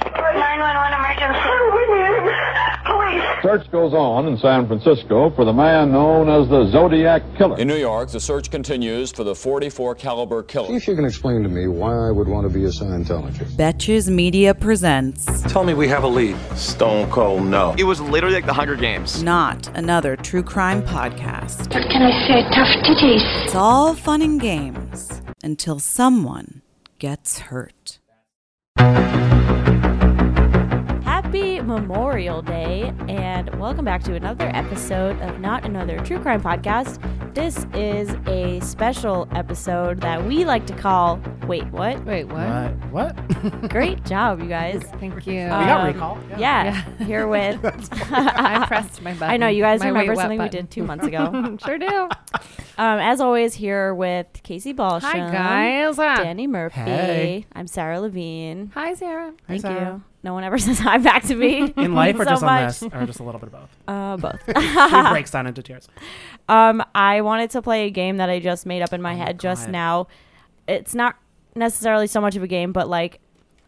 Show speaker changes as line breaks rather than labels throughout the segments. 911 emergency. Police.
Search goes on in San Francisco for the man known as the Zodiac Killer.
In New York, the search continues for the 44 caliber killer.
If you can explain to me why I would want to be a Scientologist.
Betches Media presents
Tell me we have a lead.
Stone Cold No.
It was literally like the Hunger Games.
Not Another True Crime Podcast.
What can I say? Tough titties.
It's all fun and games until someone gets hurt.
Happy Memorial Day, and welcome back to another episode of Not Another True Crime Podcast. This is a special episode that we like to call Wait, What?
Wait, what?
what?
Great job, you guys.
Thank you.
We got Um,
recall.
Yeah, here with.
I pressed my button.
I know you guys
My
remember
wait, what
something we
button.
did two months ago.
sure do.
um, as always, here with Casey Balsham.
Hi, guys.
Danny Murphy.
Hey.
I'm Sarah Levine.
Hi, Sarah.
Hi,
Thank
Sarah.
you. No one ever says hi back to me.
In life or
so
just on
much.
this? Or just a little bit of both?
Uh, both.
She breaks down into tears.
Um, I wanted to play a game that I just made up in my head just
Oh God.
now. It's not necessarily so much of a game, but like,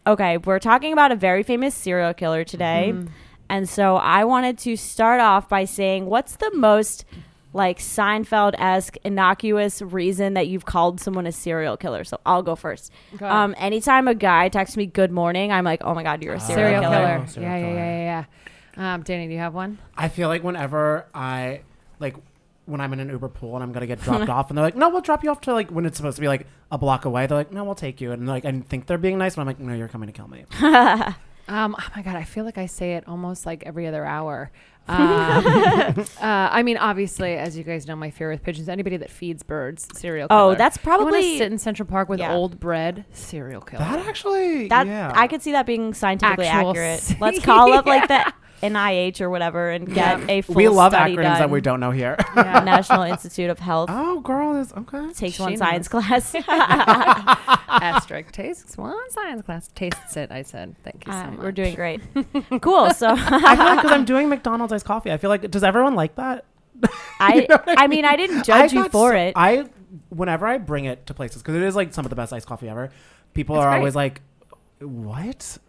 okay, we're talking about a very famous serial killer today.
Mm-hmm.
And so I wanted to start off by saying, what's the most like Seinfeld esque innocuous reason that you've called someone a serial killer? So I'll go first.
Go ahead.
um, anytime a guy texts me good morning, I'm like, oh my God, you're a serial,
Ah. Serial
killer.
killer.
Oh, serial
yeah, yeah,
killer.
yeah, yeah, yeah. Um, Danny, do you have one?
I feel like whenever I, like, when I'm in an Uber pool and I'm gonna get dropped off, and they're like, "No, we'll drop you off to like when it's supposed to be like a block away." They're like, "No, we'll take you," and like I think they're being nice, but I'm like, "No, you're coming to kill me."
Um, oh my god, I feel like I say it almost like every other hour. Um, uh, I mean, obviously, as you guys know, my fear with pigeons. Anybody that feeds birds, serial killer.
Oh, that's
You wanna
probably-
sit in Central Park with
Yeah.
old bread, serial killer.
That actually,
That
yeah.
I could see that being scientifically
Actual
accurate.
s-
Let's call up like the NIH or whatever and get a full
we love
study
acronyms
done.
that we don't know here.
Yeah, National Institute of Health
oh, girl, is okay.
takes
She
one
knows.
science class.
asterisk tastes one science class tastes it. I said, thank you so
Uh,
much.
we're doing great. cool. So
I feel like because I'm doing McDonald's iced coffee. I feel like does everyone like that?
I
You know what
I mean I didn't judge you
got
for
so-
it.
I whenever I bring it to places because it is like some of the best iced coffee ever. People are always like, "What?"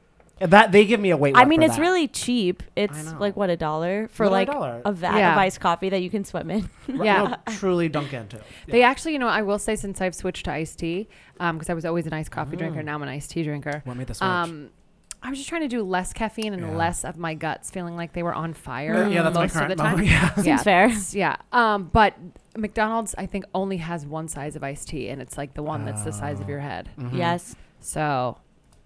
That they give me a wait.
I
what
mean
for
it's
that.
really cheap. It's
know.
like what a dollar for
Literally
like
a dollar.
a vat of
Yeah.
iced coffee that you can swim in.
Right,
yeah.
no, truly dunk into.
They actually, you know, I will say since I've switched to iced tea, because I was always an iced coffee
Mm.
drinker, now I'm an iced tea drinker.
What made the switch?
Um, I was just trying to do less caffeine and
Yeah.
less of my guts feeling like they were on fire.
yeah, that's my
most of
current
the time.
moment. Yeah.
yeah,
Seems fair.
Mm-hmm.
that's- Yeah. Um, but McDonald's, I think, only has one size of iced tea, and it's like the one that's the size
Oh.
of your head.
Mm.
Yes.
So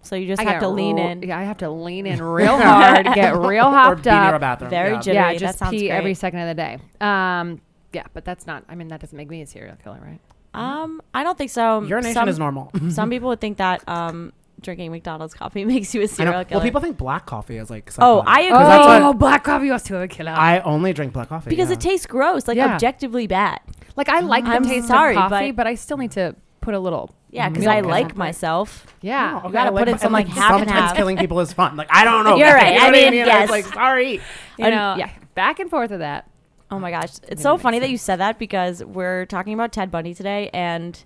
So you just
I
have
got
to lean
real-
in.
Yeah, I have to lean in real hard, get real
or
hopped
be near a
up.
bathroom.
Very
yeah.
jittery.
Yeah,
That
just
sounds
pee every
great.
second of the day. Um, yeah, but that's not. I mean, that doesn't make me a serial killer, right?
Um I don't think so.
Urination
Some-
is normal.
Some people would think that um drinking McDonald's coffee makes you a
I know.
serial killer.
Well, people think black coffee is like.
Oh,
psychotic.
I
'Cause
agree.
that's why-
Oh, black coffee was to a killer.
I only drink black coffee
because
yeah.
it tastes gross, like
Yeah.
objectively bad.
like I like the
I'm
taste
sorry,
of coffee,
but-
but, I still need to put a little.
Yeah,
Mm-hmm.
because
milk
I
in
like
it.
myself.
Yeah,
okay,
gotta
I
put in
and,
some, Oh, like, half and
sometimes
half.
killing people is fun. Like I don't know.
You're right.
You
I
know what
mean,
I
yes.
was like sorry.
you
And-
know,
yeah.
back and forth of that.
Oh my gosh, it's
it
so
makes
funny that you said that because we're talking about Ted Bundy today, and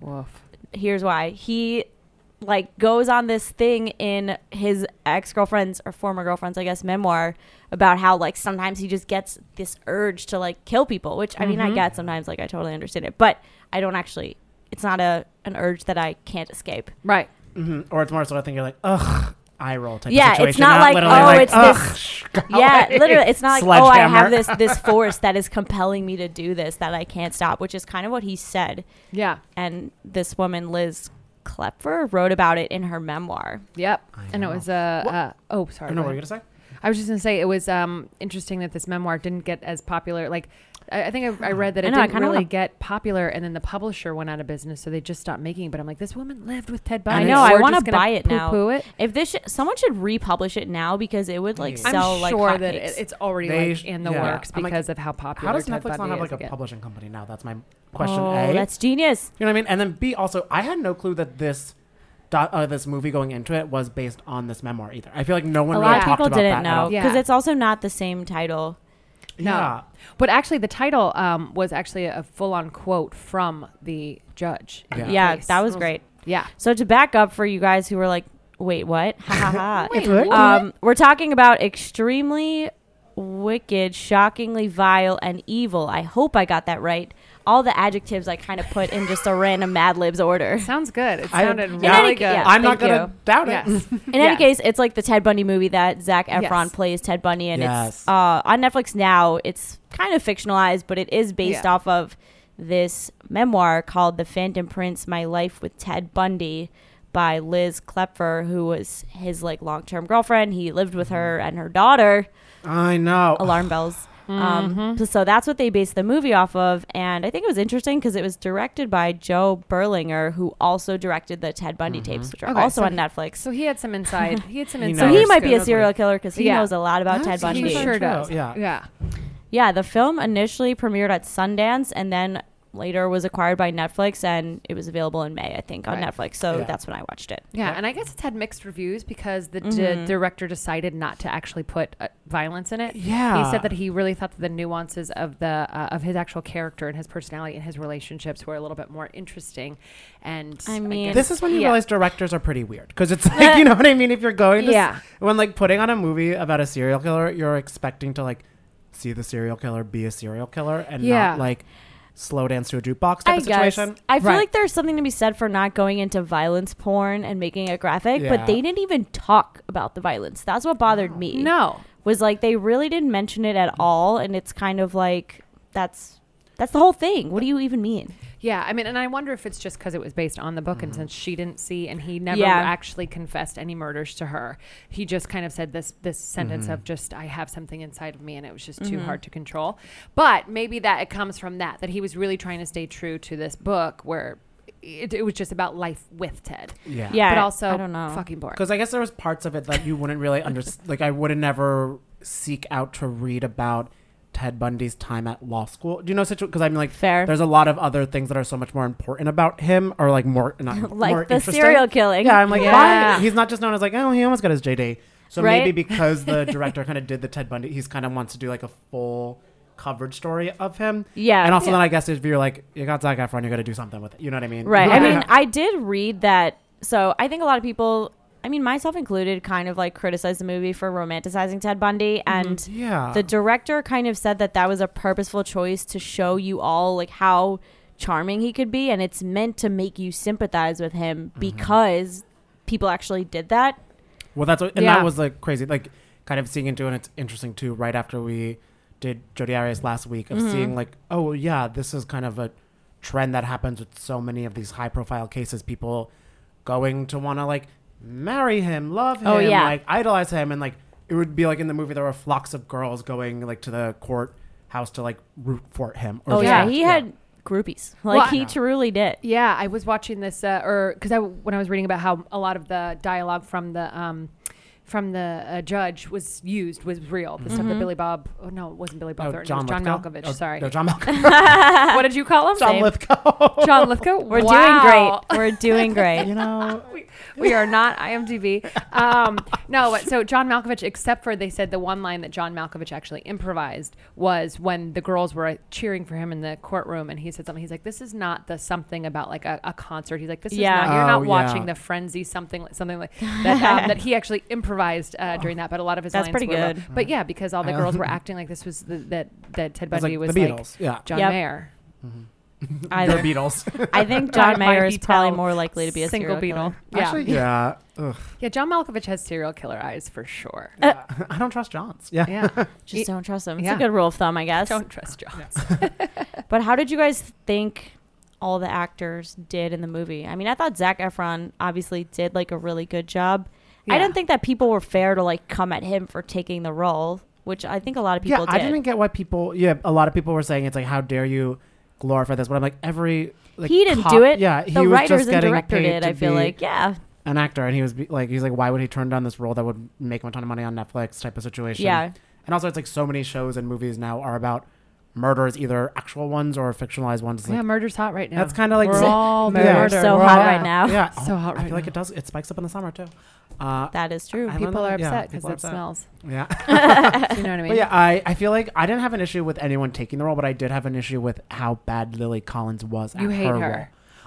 Woof.
here's why he like goes on this thing in his ex-girlfriend's or former girlfriend's i guess memoir about how like sometimes he just gets this urge to like kill people which i mean i get sometimes like i totally understand it but i don't actually it's not a an urge that i can't escape
Right.
Or it's more so I think you're like ugh. Eye roll type of
Yeah, it's
situation,
not like,
literally
oh,
like,
it's
ugh,
this-
sh-
yeah literally it's not like oh i have
Sledgehammer.
this this force that is compelling me to do this that i can't stop which is kind of what he said
Yeah.
and this woman liz klepfer wrote about it in her memoir
Yep. And it was uh,
What-
uh oh sorry.
I know
go
what you're
ahead.
gonna say.
I was just gonna say it was um, interesting that this memoir didn't get as popular. Like, I, I think I, I read that
I
it
know, I
didn't
kinda
really
wanna-
get popular, and then the publisher went out of business, so they just stopped making. it. But I'm like, this woman lived with Ted Bundy.
I know. I
We're
want
just
to
gonna
buy it now.
poo-poo it.
If this, sh- someone should republish it now because it would like
I'm
sell like
sure
hotcakes.
that it, it's already
They
like,
sh-
in the
yeah.
works
I'm like,
because of how popular.
How does
Ted
Netflix not
Bundy
have
is
like a
again.
publishing company now? That's my question.
oh,
a.
that's genius.
You know what I mean? And then B also, I had no clue that this doc, uh, this movie going into it was based on this memoir either. I feel like no one
A
really
lot of
talked
people
about
didn't
that at
know
all.
Yeah.
because it's also not the same title.
No.
Yeah.
But actually, the title um, was actually a full on quote from the judge.
Yeah.
Yeah,
Nice.
that was great.
Yeah.
So to back up for you guys who were like, Wait, what? Ha ha ha.
Wait, what?
Um, we're talking about extremely wicked, shockingly vile, and evil. I hope I got that right. All the adjectives I kind of put in just a random Mad Libs order.
Sounds good. It
I-
sounded really
yeah.
any-
good.
yeah.
I'm not
Thank
gonna doubt it.
Yes.
In any case, it's like the Ted Bundy movie that Zach Efron
Yes.
plays Ted Bundy, and
Yes.
it's uh, on Netflix now. It's kind of fictionalized, but it is based
Yeah.
off of this memoir called "The Phantom Prince: My Life with Ted Bundy" by Liz Klepfer, who was his like long-term girlfriend. He lived with
Mm-hmm.
her and her daughter
I know.
alarm bells.
Mm-hmm.
Um, so that's what they based the movie off of, and I think it was interesting because it was directed by Joe Berlinger, who also directed the Ted Bundy tapes, which are
Mm-hmm. Okay,
also
so
on Netflix.
So he had some insight. He had some
He
insight.
So
knows.
he might be a
Scoop.
serial killer because he
Yeah.
knows a lot about Ted
That's
Bundy.
He
Bundy.
sure
True,
does.
yeah.
Yeah.
Yeah, the film initially premiered at Sundance and then later was acquired by Netflix and it was available in May, I think, on
Right.
Netflix. So
Yeah.
that's when I watched it.
Yeah, and I guess it's had mixed reviews because the
Mm-hmm.
d- director decided not to actually put uh, violence in it. he
Yeah.
said that he really thought that the nuances of the uh, of his actual character and his personality and his relationships were a little bit more interesting. And
I mean-
guess-
This is when you
Yeah.
realize directors are pretty weird because it's like you know what I mean. If you're going, to s-
Yeah.
when like putting on a movie about a serial killer, you're expecting to like see the serial killer be a serial killer and
Yeah.
not like slow dance to a jukebox type
I
of
guess.
situation.
I feel
Right.
like there's something to be said for not going into violence porn and making it graphic,
Yeah.
but they didn't even talk about the violence. That's what bothered me.
no,
Was like they really didn't mention it at all and it's kind of like that's that's the whole thing. What do you even mean?
yeah, I mean, and I wonder if it's just because it was based on the book, and since she didn't see, and he never
Mm-hmm. Yeah.
actually confessed any murders to her, he just kind of said this this sentence
Mm-hmm.
of just I have something inside of me, and it was just too hard to control. But maybe that it comes from that that he was really trying to stay true to this book where. It, it was just about life with Ted.
Yeah.
Yeah.
But also,
I don't know.
fucking boring.
Because I guess there was parts of it that you wouldn't really understand. like I would have never seek out to read about Ted Bundy's time at law school. Do you know such? Because I'm like,
Fair.
There's a lot of other things that are so much more important about him, or like more not
Like
more
the
interesting.
serial killing.
Yeah, I'm like,
Yeah.
why? He's not just known as like, oh, he almost got his JD. So
Right?
maybe because the director kind of did the Ted Bundy, he's kind of wants to do like a full coverage story of him.
Yeah.
And also
Yeah.
then I guess if you're like, you got Zac Efron, you got to do something with it. You know what I mean?
Right. I
Yeah.
mean, I did read that. So I think a lot of people, I mean, myself included, kind of like criticized the movie for romanticizing Ted Bundy. And
Mm-hmm. yeah.
the director kind of said that that was a purposeful choice to show you all like how charming he could be. And it's meant to make you sympathize with him
Mm-hmm.
because people actually did that.
Well, that's what, and
Yeah.
that was like crazy, like kind of seeing into, and it's interesting too. Right after we did Jodi Arias last week, of seeing like, oh well, yeah, this is kind of a trend that happens with so many of these high-profile cases. People going to want to like marry him, love him,
Oh, yeah.
like idolize him, and like it would be like in the movie there were flocks of girls going like to the court house to like root for him. Or
Oh,
something.
yeah. He had groupies. Like,
Well,
he truly did.
Yeah, I was watching this, uh, or because I when I was reading about how a lot of the dialogue from the um, from the uh, judge was used was real. The stuff
Mm-hmm.
that Billy Bob, oh no, it wasn't Billy Bob
Oh,
Thornton,
John,
it was John
Lithgow?
Malkovich.
Oh,
sorry,
no, John Malkovich.
what did you call him?
John
Same.
Lithgow.
John Lithgow.
We're
Wow.
doing great. We're doing great.
you know,
we, we are not IMDb. Um, no, but- so John Malkovich, except for they said the one line that John Malkovich actually improvised was when the girls were uh, cheering for him in the courtroom, and he said something. He's like, "This is not the something about like a, a concert." He's like, "This
Yeah.
is not. You're not
Oh,
watching
yeah.
the frenzy something something like that." Um, that he actually improvised uh, during that, but a lot of his
That's
lines
pretty
were real.
good.
But yeah, because all the girls were
Um,
acting like this was the, that that Ted
was
Bundy
like
was
the
like
Beatles. yeah,
John
Yep.
Mayer.
the
Either.
Beatles.
I think
Might
John Mayer
be
is probably
tell
more likely to be a
single
single serial
Beatle.
killer.
Yeah.
Actually, yeah. Ugh.
yeah, John Malkovich has serial killer eyes for sure.
I don't trust Johns. Yeah.
yeah.
Uh, Just don't trust him. It's
yeah.
a good rule of thumb, I guess.
Don't trust John.
But how did you guys think all the actors did in the movie? I mean, I thought Zach Efron obviously did like a really good job. I
Yeah.
didn't think that people were fair to like come at him for taking the role, which I think a lot of people
yeah,
did.
I didn't get why people. Yeah, a lot of people were saying it's like, how dare you glorify this? But I'm like, every like,
he didn't
cop-
do it.
Yeah, he
the
was
writers
just
and
getting
director
paid
did.
to
I feel
be
like, yeah,
an actor, and he was be, like, he's like, why would he turn down this role that would make him a ton of money on Netflix type of situation?
Yeah.
and also it's like so many shows and movies now are about murders, either actual ones or fictionalized ones. Like,
yeah, murder's hot right now.
that's kind of like
we're all
Yeah.
murdered.
so
We're
hot
all-
right now.
Yeah,
So hot
I
right
feel like
now.
it does. It spikes up in the summer too. Uh,
That is true.
I don't
People-
People
know.
are
Yeah,
upset because
people are
it
upset.
smells.
yeah.
you know what I mean?
But yeah, I, I feel like I didn't have an issue with anyone taking the role, but I did have an issue with how bad Lily Collins was.
You
at
hate
her,
her.
Role.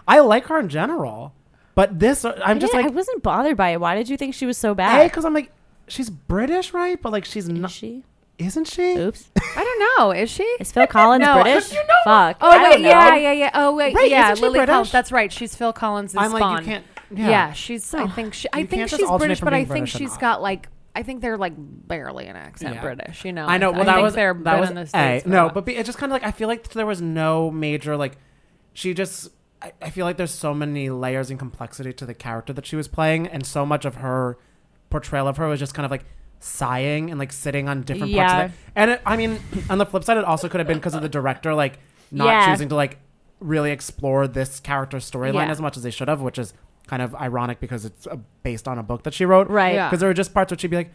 I like her in general, but But this, uh, I'm just
Yeah,
like,
I wasn't bothered by it. Why did you think she was so
A,
bad?
because I'm like, she's British, right? But like, she's
Is
not,
she?
isn't she?
Oops.
I don't know. Is she?
Is Phil Collins
No,
British?
you know
Fuck.
Oh
I
wait,
don't know.
yeah, yeah, yeah. Oh wait,
Right,
yeah.
isn't she
Lily Collins.
British?
That's right. She's Phil Collins'
I'm like, you
spawn.
can't-
Yeah,
yeah.
she's. I think she. I
You
think
can't just
she's
alternate
British,
from
but I
being
think
British or
she's
not.
got like. I think they're like barely an accent
Yeah.
British. You know.
I know. Well, that
think
was
they're
that
been
was
in the
A.
States for a
No,
while.
but B, it's just kind of like I feel like there was no major like. She just. I, I feel like there's so many layers and complexity to the character that she was playing, and so much of her portrayal of her was just kind of like sighing and like sitting on different
Yeah.
parts of it. And it, I mean, on the flip side, it also could have been because of the director like not
Yeah.
choosing to like really explore this character's storyline
Yeah.
as much as they should have, which is kind of ironic because it's uh, based on a book that she wrote.
Right.
Yeah.
Because there were just parts where she'd be like,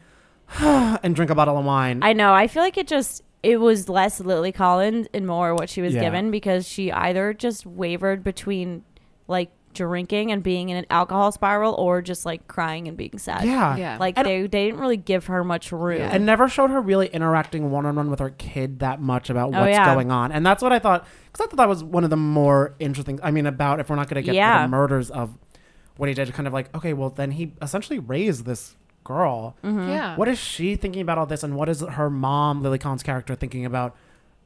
and drink a bottle of wine.
I know. I feel like it just it was less Lily Collins and more what she was
Yeah.
given because she either just wavered between like drinking and being in an alcohol spiral or just like crying and being sad.
Yeah.
Yeah.
Like
And-
they they didn't really give her much room.
And never showed her really interacting one on one with her kid that much about what's
Oh, yeah.
going on. And that's what I thought. Because I thought that was one of the more interesting. I mean, about if we're not going to get to
Yeah.
the murders of what he did, kind of like, okay, well, then he essentially raised this girl.
Mm-hmm.
yeah.
What is she thinking about all this? And what is her mom, Lily Collins' character, thinking about?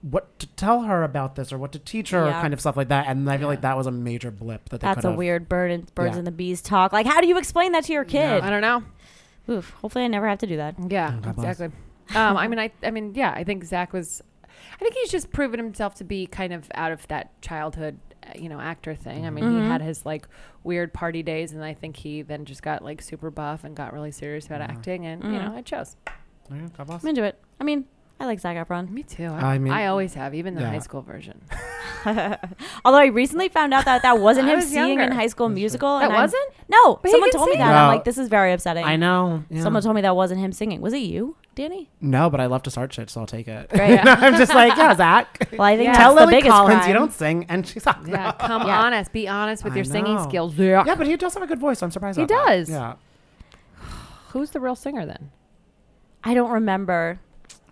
What to tell her about this or what to teach her,
Yeah.
kind of stuff like that. And I feel like that was a major blip that they
That's
could
a
have-
weird bird and birds
Yeah.
and the bees talk. Like, how do you explain that to your kid?
I don't know.
Oof. Hopefully, I never have to do that.
Yeah,
God bless.
exactly. Um, I mean, I, I mean, yeah, I think Zach was, I think he's just proven himself to be kind of out of that childhood, uh, you know, actor thing. I mean, he had his like weird party days, and I think he then just got like super buff and got really serious about acting, and you know, I chose.
Yeah, God bless.
I'm into it. I mean, I like Zac Efron.
Me too. I,
I
I
mean-
always have, even the
Yeah.
high school version.
Although I recently found out that that wasn't
I
him
was
singing in
younger.
High School Musical.
That
and I'm-
wasn't?
No,
But he
someone
can
told me
sing.
that. I'm
No.
like, this is very upsetting.
I know. yeah.
Someone told me that wasn't him singing. Was it you, Danny?
No, but I love to start shit, so I'll take it.
Great.
I'm just like, yeah, Zach.
Well, I think
Yeah.
that's
Tell
the
Lily
biggest
Collins
crime.
you don't sing, and she's on.
Yeah, come
Yeah.
honest, be honest with
I
your singing
know.
skills.
Yeah, but he does have a good voice. I'm surprised.
He
about that.
does.
Yeah.
Who's the real singer then?
I don't remember.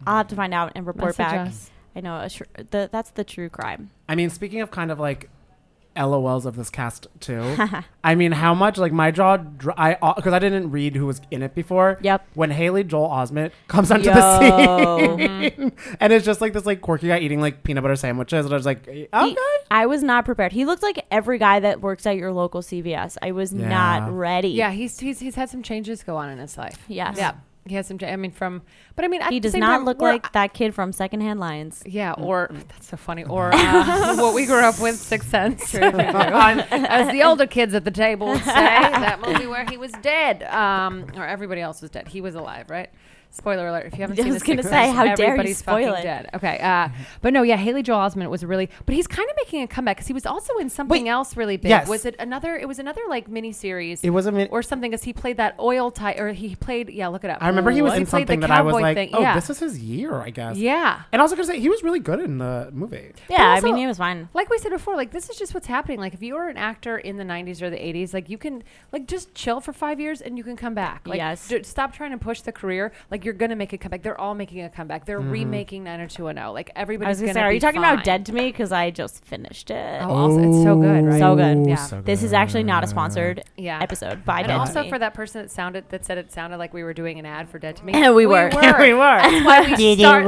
I'll have to find out and report
Message
back.
us.
I know. A tr- the, that's the true crime.
I mean, speaking of kind of like LOLs of this cast too. I mean, how much like my jaw dro- I because I didn't read who was in it before.
Yep.
When Haley Joel Osment comes onto the
Yo.
scene, and it's just like this like quirky guy eating like peanut butter sandwiches, and I was like, okay.
He- I was not prepared. He looked like every guy that works at your local CVS. I was
Yeah.
not ready.
Yeah, he's he's he's had some changes go on in his life.
Yes.
Yeah. He has some. cha- I mean, from. But I mean, at
He
the
does
same
not
time,
look
we're- uh,
like Mm. that kid from Secondhand Lions.
Yeah, or that's so funny. Or uh, what we grew up with, Sixth Sense. As the older kids at the table would say, that movie where he was dead, um, or everybody else was dead. He was alive, right? Spoiler alert! If you haven't
I
seen,
was
The
gonna
Sixth
say,
Sense,
how dare you
everybody's
spoil
fucking
it.
Dead. Okay, uh, but no, yeah, Haley Joel Osment was really, but he's kind of making a comeback because he was also in something
Wait,
else really big.
yes.
Was it another? It was another like miniseries.
It was a min-
or something because he played that oil tie, or he played. Yeah, look it up.
I remember he was in
played the
something that I was
cowboy
like,
thing.
oh,
yeah.
this is his year, I guess.
yeah.
And also, gonna say he was really good in the movie.
Yeah, I
also-
mean, he was fine.
like we said before, like this is just what's happening. Like if you were an actor in the '90s or the '80s, like you can like just chill for five years and you can come back. Like,
Yes.
d- stop trying to push the career. Like you're gonna make a comeback. They're all making a comeback. They're
Mm-hmm.
remaking 90210. Like
I was
everybody's
gonna say,
gonna.
are
be
you talking
fine.
about Dead to Me? Because I just finished it.
Oh, also, it's so good, right?
So good.
Yeah.
This is actually not a sponsored
Yeah.
episode by
And
Dead
also
to Me.
for that person that sounded that said it sounded like we were doing an ad for Dead to Me.
We were.
we were.
That's why we
Did
start-
it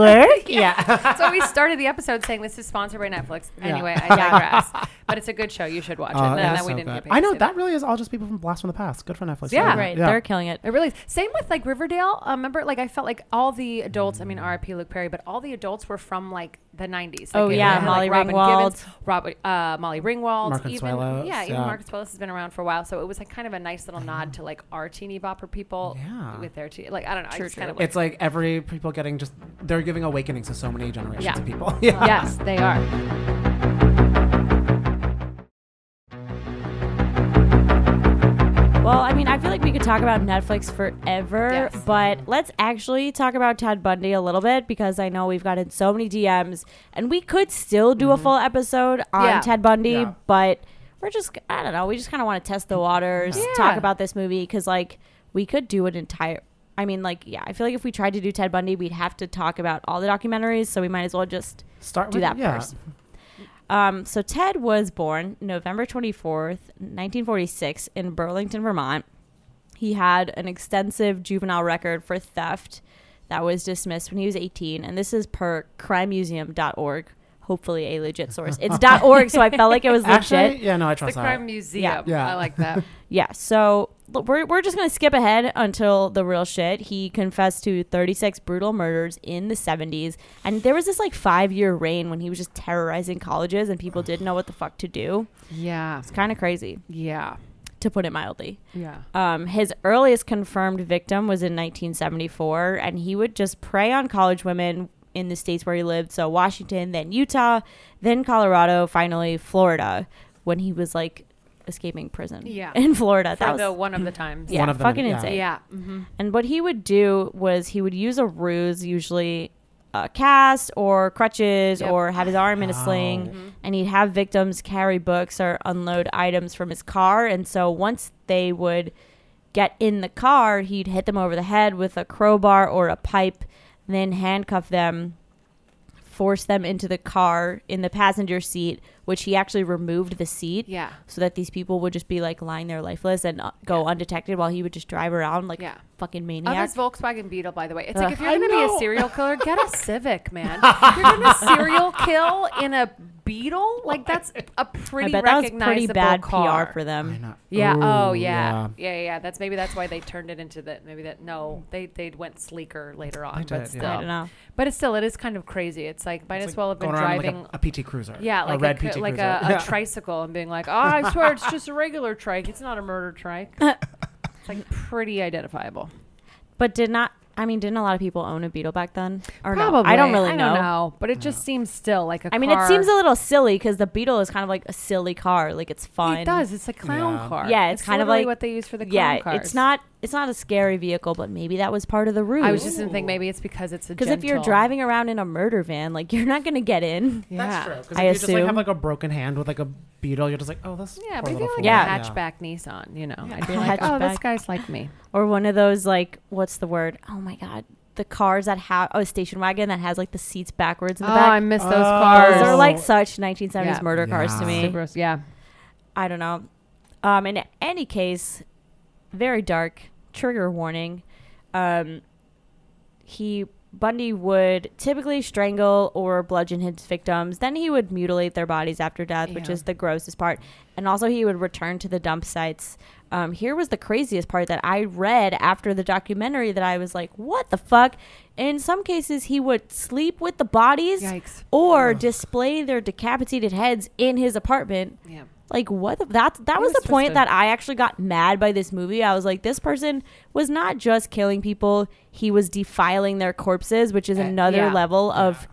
work?
yeah. so we started the episode saying this is sponsored by Netflix. Anyway, I digress. but it's a good show. You should watch it.
Uh,
and
it
then
is
we
so
didn't
good.
get paid
I
to
know
say
that really is all just people from Blast from the Past. Good for Netflix.
Yeah.
for that.
Right. They're killing it.
It really is. Same with like Riverdale. Uh, remember, like I felt like all the adults. I
Mm.
mean, R.I.P. Luke Perry, but all the adults were from like the '90s. Like,
Oh,
it
yeah,
had,
Molly
Robin
Ringwald.
Gibbons, Robert, uh, Molly Ringwald,
Mark
even
Consuelos,
yeah, even
yeah.
Marcus Wallace has been around for a while. So it was like kind of a nice little nod to like our teeny bopper people
Yeah.
with their teen. Like I don't know, I just kind of
It's like every people getting just they're giving awakenings to so many generations
Yeah.
of people. Yeah.
yes, they are.
Well, I mean, I feel like we could talk about Netflix forever,
Yes.
but let's actually talk about Ted Bundy a little bit because I know we've gotten so many DMs and we could still do a full episode on
Mm-hmm. Yeah.
Ted Bundy,
Yeah.
but we're just, I don't know, we just kind of want to test the waters, talk about this movie because, like, we could do an entire. I mean, like, yeah, I feel like if we tried to do Ted Bundy, we'd have to talk about all the documentaries, so we might as well just
Start
do
with-
that
yeah.
first. Um, so Ted was born November 24th, 1946, in Burlington, Vermont. He had an extensive juvenile record for theft that was dismissed when he was 18, and this is per crimemuseum.org. Hopefully, a legit source. It's .org, so I felt like it was legit.
Actually, yeah, no, I
The
trust that.
crime museum.
Yeah.
Yeah.
I like that.
Yeah, so l- we're, we're just going to skip ahead until the real shit. He confessed to 36 brutal murders in the 70s. And there was this like five year reign when he was just terrorizing colleges and people didn't know what the fuck to do.
yeah.
It's kind of crazy,
Yeah.
to put it mildly.
Yeah.
Um, his earliest confirmed victim was in 1974, and he would just prey on college women in the states where he lived. So, Washington, then Utah, then Colorado, finally Florida, when he was like escaping prison
Yeah.
in Florida.
For
that
the
was
one of the times.
yeah,
One of them,
fucking
yeah.
insane.
Yeah. Mm-hmm.
And what he would do was he would use a ruse, usually a cast or crutches,
Yep. Mm-hmm.
or have his arm in a sling, and he'd have victims carry books or unload items from his car. And so once they would get in the car, he'd hit them over the head with a crowbar or a pipe, then handcuff them. Force them into the car in the passenger seat, which he actually removed the seat
Yeah.
so that these people would just be like lying there lifeless and uh, go undetected while he would just drive around like
Yeah.
a fucking
Of
maniac.
his Volkswagen Beetle, by the way. It's like
Ugh.
if you're going to be a serial killer, get a Civic, man. If you're going to serial kill in a Beetle, like that's a
I
pretty
bet that was
recognizable
pretty bad
car.
PR for them.
Yeah. oh,
Ooh,
yeah.
yeah.
yeah. Yeah. That's maybe that's why they turned it into that. Maybe that. No, they they went sleeker later on. but
did, yeah.
still,
I don't know.
But it's still, it is kind of crazy. It's like might as
It's like
well have been
going around in,
driving.
like a, a PT Cruiser.
yeah, like
a red
cou-
PT
like
Cruiser.
a, a tricycle and being like, oh, I swear it's just a regular trike. It's not a murder trike. it's like pretty identifiable.
But did not. I mean, didn't a lot of people own a Beetle back then? Or no?
Probably.
I don't really know.
but it just seems still like a.
I mean, it
car-
seems a little silly because the Beetle is kind of like a silly car. Like it's fun.
It does. It's a clown
Yeah.
car.
Yeah, it's, kind of
literally
like
what they use for the clown
yeah.
cars.
It's not. It's not a scary vehicle, but maybe that was part of the ruse.
I was just gonna think maybe it's because it's a.
because if you're
gentle-
driving around in a murder van, like you're not gonna get in.
yeah.
That's true. Because
I
if you just like,
assume.
have like a broken hand with like a beetle, you're just like, oh, this.
Yeah,
poor
maybe
little
like
fool.
Yeah.
a hatchback Nissan, you know. I'd be
A
like, oh, this
hatchback.
guy's like me.
or one of those like what's the word? Oh my god, the cars that have oh station wagon that has like the seats backwards in the back.
miss
Oh.
Those are like
Oh.
such 1970s
Yeah.
murder cars to
Yeah.
me.
Gross. Yeah.
I don't know. Um, in any case, very dark. Trigger warning. Um, he Bundy would typically strangle or bludgeon his victims. Then he would mutilate their bodies after death, which
Yeah.
is the grossest part. And also, he would return to the dump sites. Um, here was the craziest part that I read after the documentary that I was like, "What the fuck?" In some cases, he would sleep with the bodies
Yikes.
or display their decapitated heads in his apartment.
Yeah.
Like what? The, that that was,
was
the point
twisted.
that I actually got mad by this movie. I was like, this person was not just killing people; he was defiling their corpses, which is
Eh,
another
yeah.
level of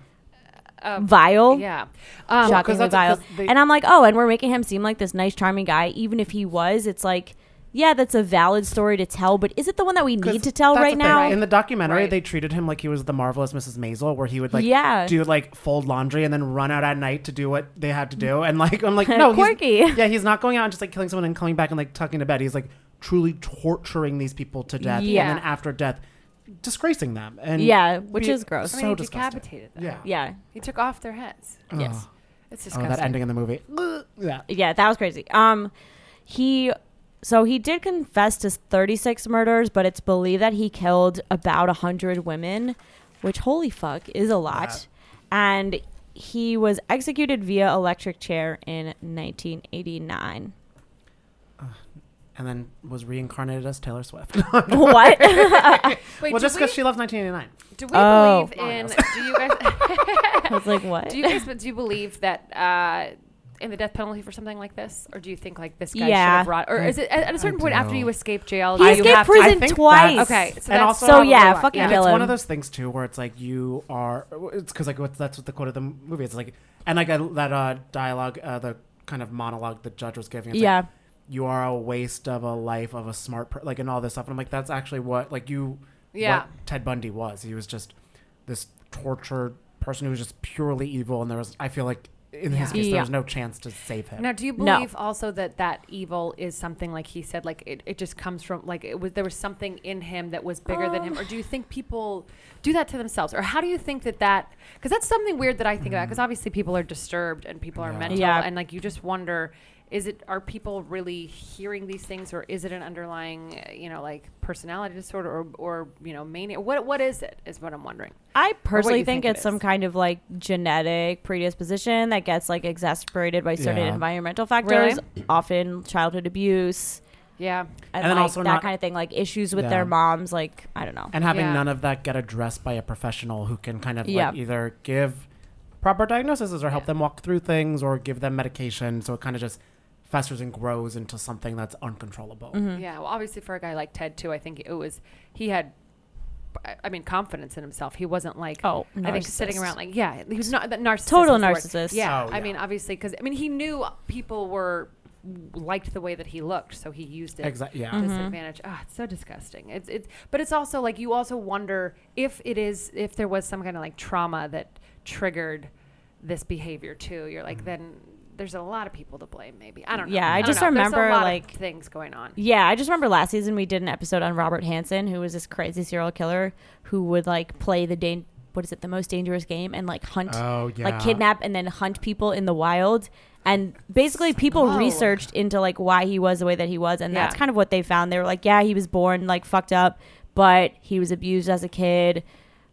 Uh,
vile,
Yeah. Um,
shockingly
that's-
vile.
'cause they-
and I'm like, oh, and we're making him seem like this nice, charming guy, even if he was. It's like, yeah, that's a valid story to tell, but is it the one that we
'Cause
need to tell
that's
right
the thing.
now?
In the documentary,
Right.
they treated him like he was the marvelous Mrs. Maisel, where he would like
Yeah.
do like fold laundry and then run out at night to do what they had to do. And like I'm like no, he's-
Quirky.
yeah, he's not going out and just like killing someone and coming back and like tucking to bed. He's like truly torturing these people to death,
Yeah.
and then after death, disgracing them. And
Yeah, which is gross.
So
I mean, he
disgusting.
decapitated them.
Yeah.
yeah,
He took off their heads.
yes.
It's
Oh,
disgusting.
that ending in the movie. Yeah.
yeah, that was crazy. Um, he so he did confess to 36 murders, but it's believed that he killed about 100 women, which holy fuck is a lot. And he was executed via electric chair in 1989.
And then was reincarnated as Taylor Swift.
what?
Wait,
well,
do
just
we,
because she loves 1989.
do we
Oh.
believe in? Do you guys?
I was like, what?
Do you guys? Do you believe that? Uh, in the death penalty for something like this, or do you think like this guy should
Yeah.
have rot? Or is it at, at a certain point after
do.
you escape jail?
He
you
escaped
have to-
prison
I think
twice.
that's-
Okay, so
and
that's
also-
So yeah,
probably why.
fucking
Yeah.
and
kill
it's
him.
one of those things too where it's like you are it's because like what's, that's what the quote of the movie is like and like I, that uh dialogue uh the kind of monologue the judge was giving it's like,
Yeah.
you are a waste of a life of a smart per-, like and all this stuff and i'm like that's actually what like you
Yeah.
what ted bundy was he was just this tortured person who was just purely evil and there was i feel like in his case,
Yeah.
there was no chance to save him.
Now, do you
No.
believe also that that evil is something like he said, like it, it just comes from like it was there was something in him that was bigger than him, or do you think people do that to themselves, or how do you think that that because that's something weird that I think about because obviously people are disturbed and people are mental,
Yeah.
and like you just wonder. Is it are people really hearing these things, or is it an underlying, uh, you know, like personality disorder, or, or you know, mania? What what is it? Is what I'm wondering.
I personally
you
think,
think it
it's some
is.
kind of like genetic predisposition that gets like exacerbated by certain
Yeah.
environmental factors,
Really?
often childhood abuse
Yeah,
and,
And then
like,
also
that
not-
kind of thing, like issues with
Yeah.
their moms. Like I don't know.
and having
Yeah.
none of that get addressed by a professional who can kind of
Yeah.
like either give proper diagnoses or help them walk through things or give them medication so it kind of just festers and grows into something that's uncontrollable
Mm-hmm.
Yeah, well, obviously for a guy like Ted too, I think it was he had, I- I mean, confidence in himself. He wasn't like
Oh,
I think sitting
narcissist.
around like yeah, he was not that narcissist.
Total
was the word.
narcissist.
Yeah,
Oh,
I
yeah.
mean, obviously because I mean he knew people were liked the way that he looked, so he used it.
Exa- yeah.
to his
Mm-hmm.
advantage. Ah, it's so disgusting. It's it's but it's also like you also wonder if it is if there was some kind of like trauma that triggered this behavior too. You're like
Mm-hmm.
then. There's a lot of people to blame, maybe. I don't know.
Yeah, I
don't
just
know. There's a
remember,
lot of
like-
things going on.
Yeah, I just remember last season we did an episode on Robert Hansen, who was this crazy serial killer who would like play the dan- what is it, the most dangerous game and like hunt,
Oh,
like
yeah.
kidnap and then hunt people in the wild. And basically, people
Oh.
researched into like why he was the way that he was, and that's
Yeah.
kind of what they found. They were like, yeah, he was born like fucked up, but he was abused as a kid.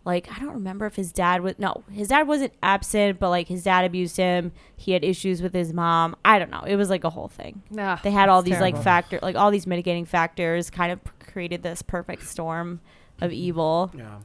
Like I don't remember if his dad was no, his dad wasn't absent, but like his dad abused him. He had issues with his mom. I don't know. It was like a whole thing
Ugh,
they had all
that's
these
terrible.
like factor like all these mitigating factors kind of p- created this perfect storm of evil
yeah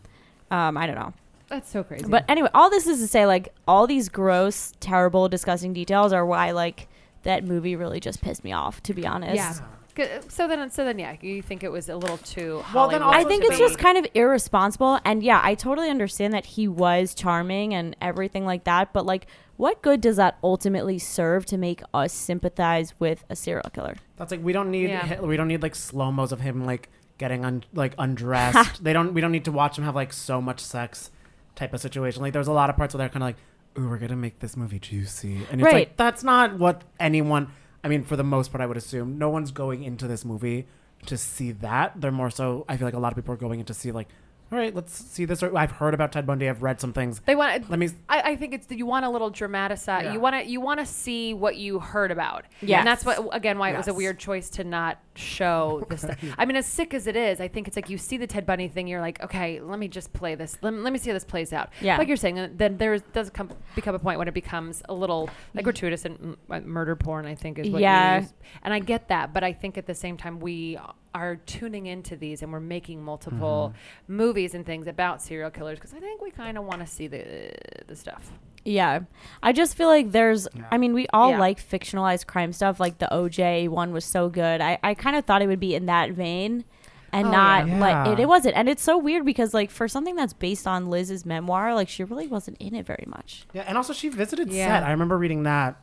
um i don't know
That's so crazy.
but anyway all this is to say like all these gross terrible disgusting details are why like that movie really just pissed me off to be honest
yeah. Good. So then, so then, yeah, you think it was a little too.
Well, then
Hollywood
also
I think
to
it's
be-
just kind of irresponsible. And yeah, I totally understand that he was charming and everything like that. But like, what good does that ultimately serve to make us sympathize with a serial killer?
that's like we don't need
Yeah.
hi- we don't need like slow mos of him like getting un- like undressed they don't we don't need to watch him have like so much sex type of situation like there's a lot of parts where they're kind of like ooh we're gonna make this movie juicy and it's
Right.
like that's not what anyone i mean for the most part i would assume no one's going into this movie to see that they're more so i feel like a lot of people are going in to see like all right let's see this or, i've heard about ted bundy i've read some things
They want.
Let me-
I, I think it's you want a little dramatize.
Yeah.
You want to. You want to see what you heard about.
Yes.
And that's what again why it was a
Yes. Oh,
weird choice to not show this. stuff. I mean, as sick as it is, I think it's like you see the Ted Bundy thing. You're like, okay, let me just play this. Let, me- let me see how this plays out.
Yeah.
Like you're saying, uh, then there is- does come become a point when it becomes a little
Mm-hmm.
like gratuitous and mm, uh, murder porn. I think is what
Yeah.
You use. And I get that, but I think at the same time we are tuning into these and we're making multiple movies and things about serial killers because I think we kind of want to see the the stuff.
Yeah. I just feel like there's I mean, we all
Yeah.
like fictionalized crime stuff. Like the OJ one was so good. I, I kind of thought it would be in that vein and
Oh,
not
yeah.
like
Yeah.
it, it wasn't. And it's so weird because like for something that's based on Liz's memoir, like she really wasn't in it very much.
Yeah, and also she visited
Yeah.
set. I remember reading that,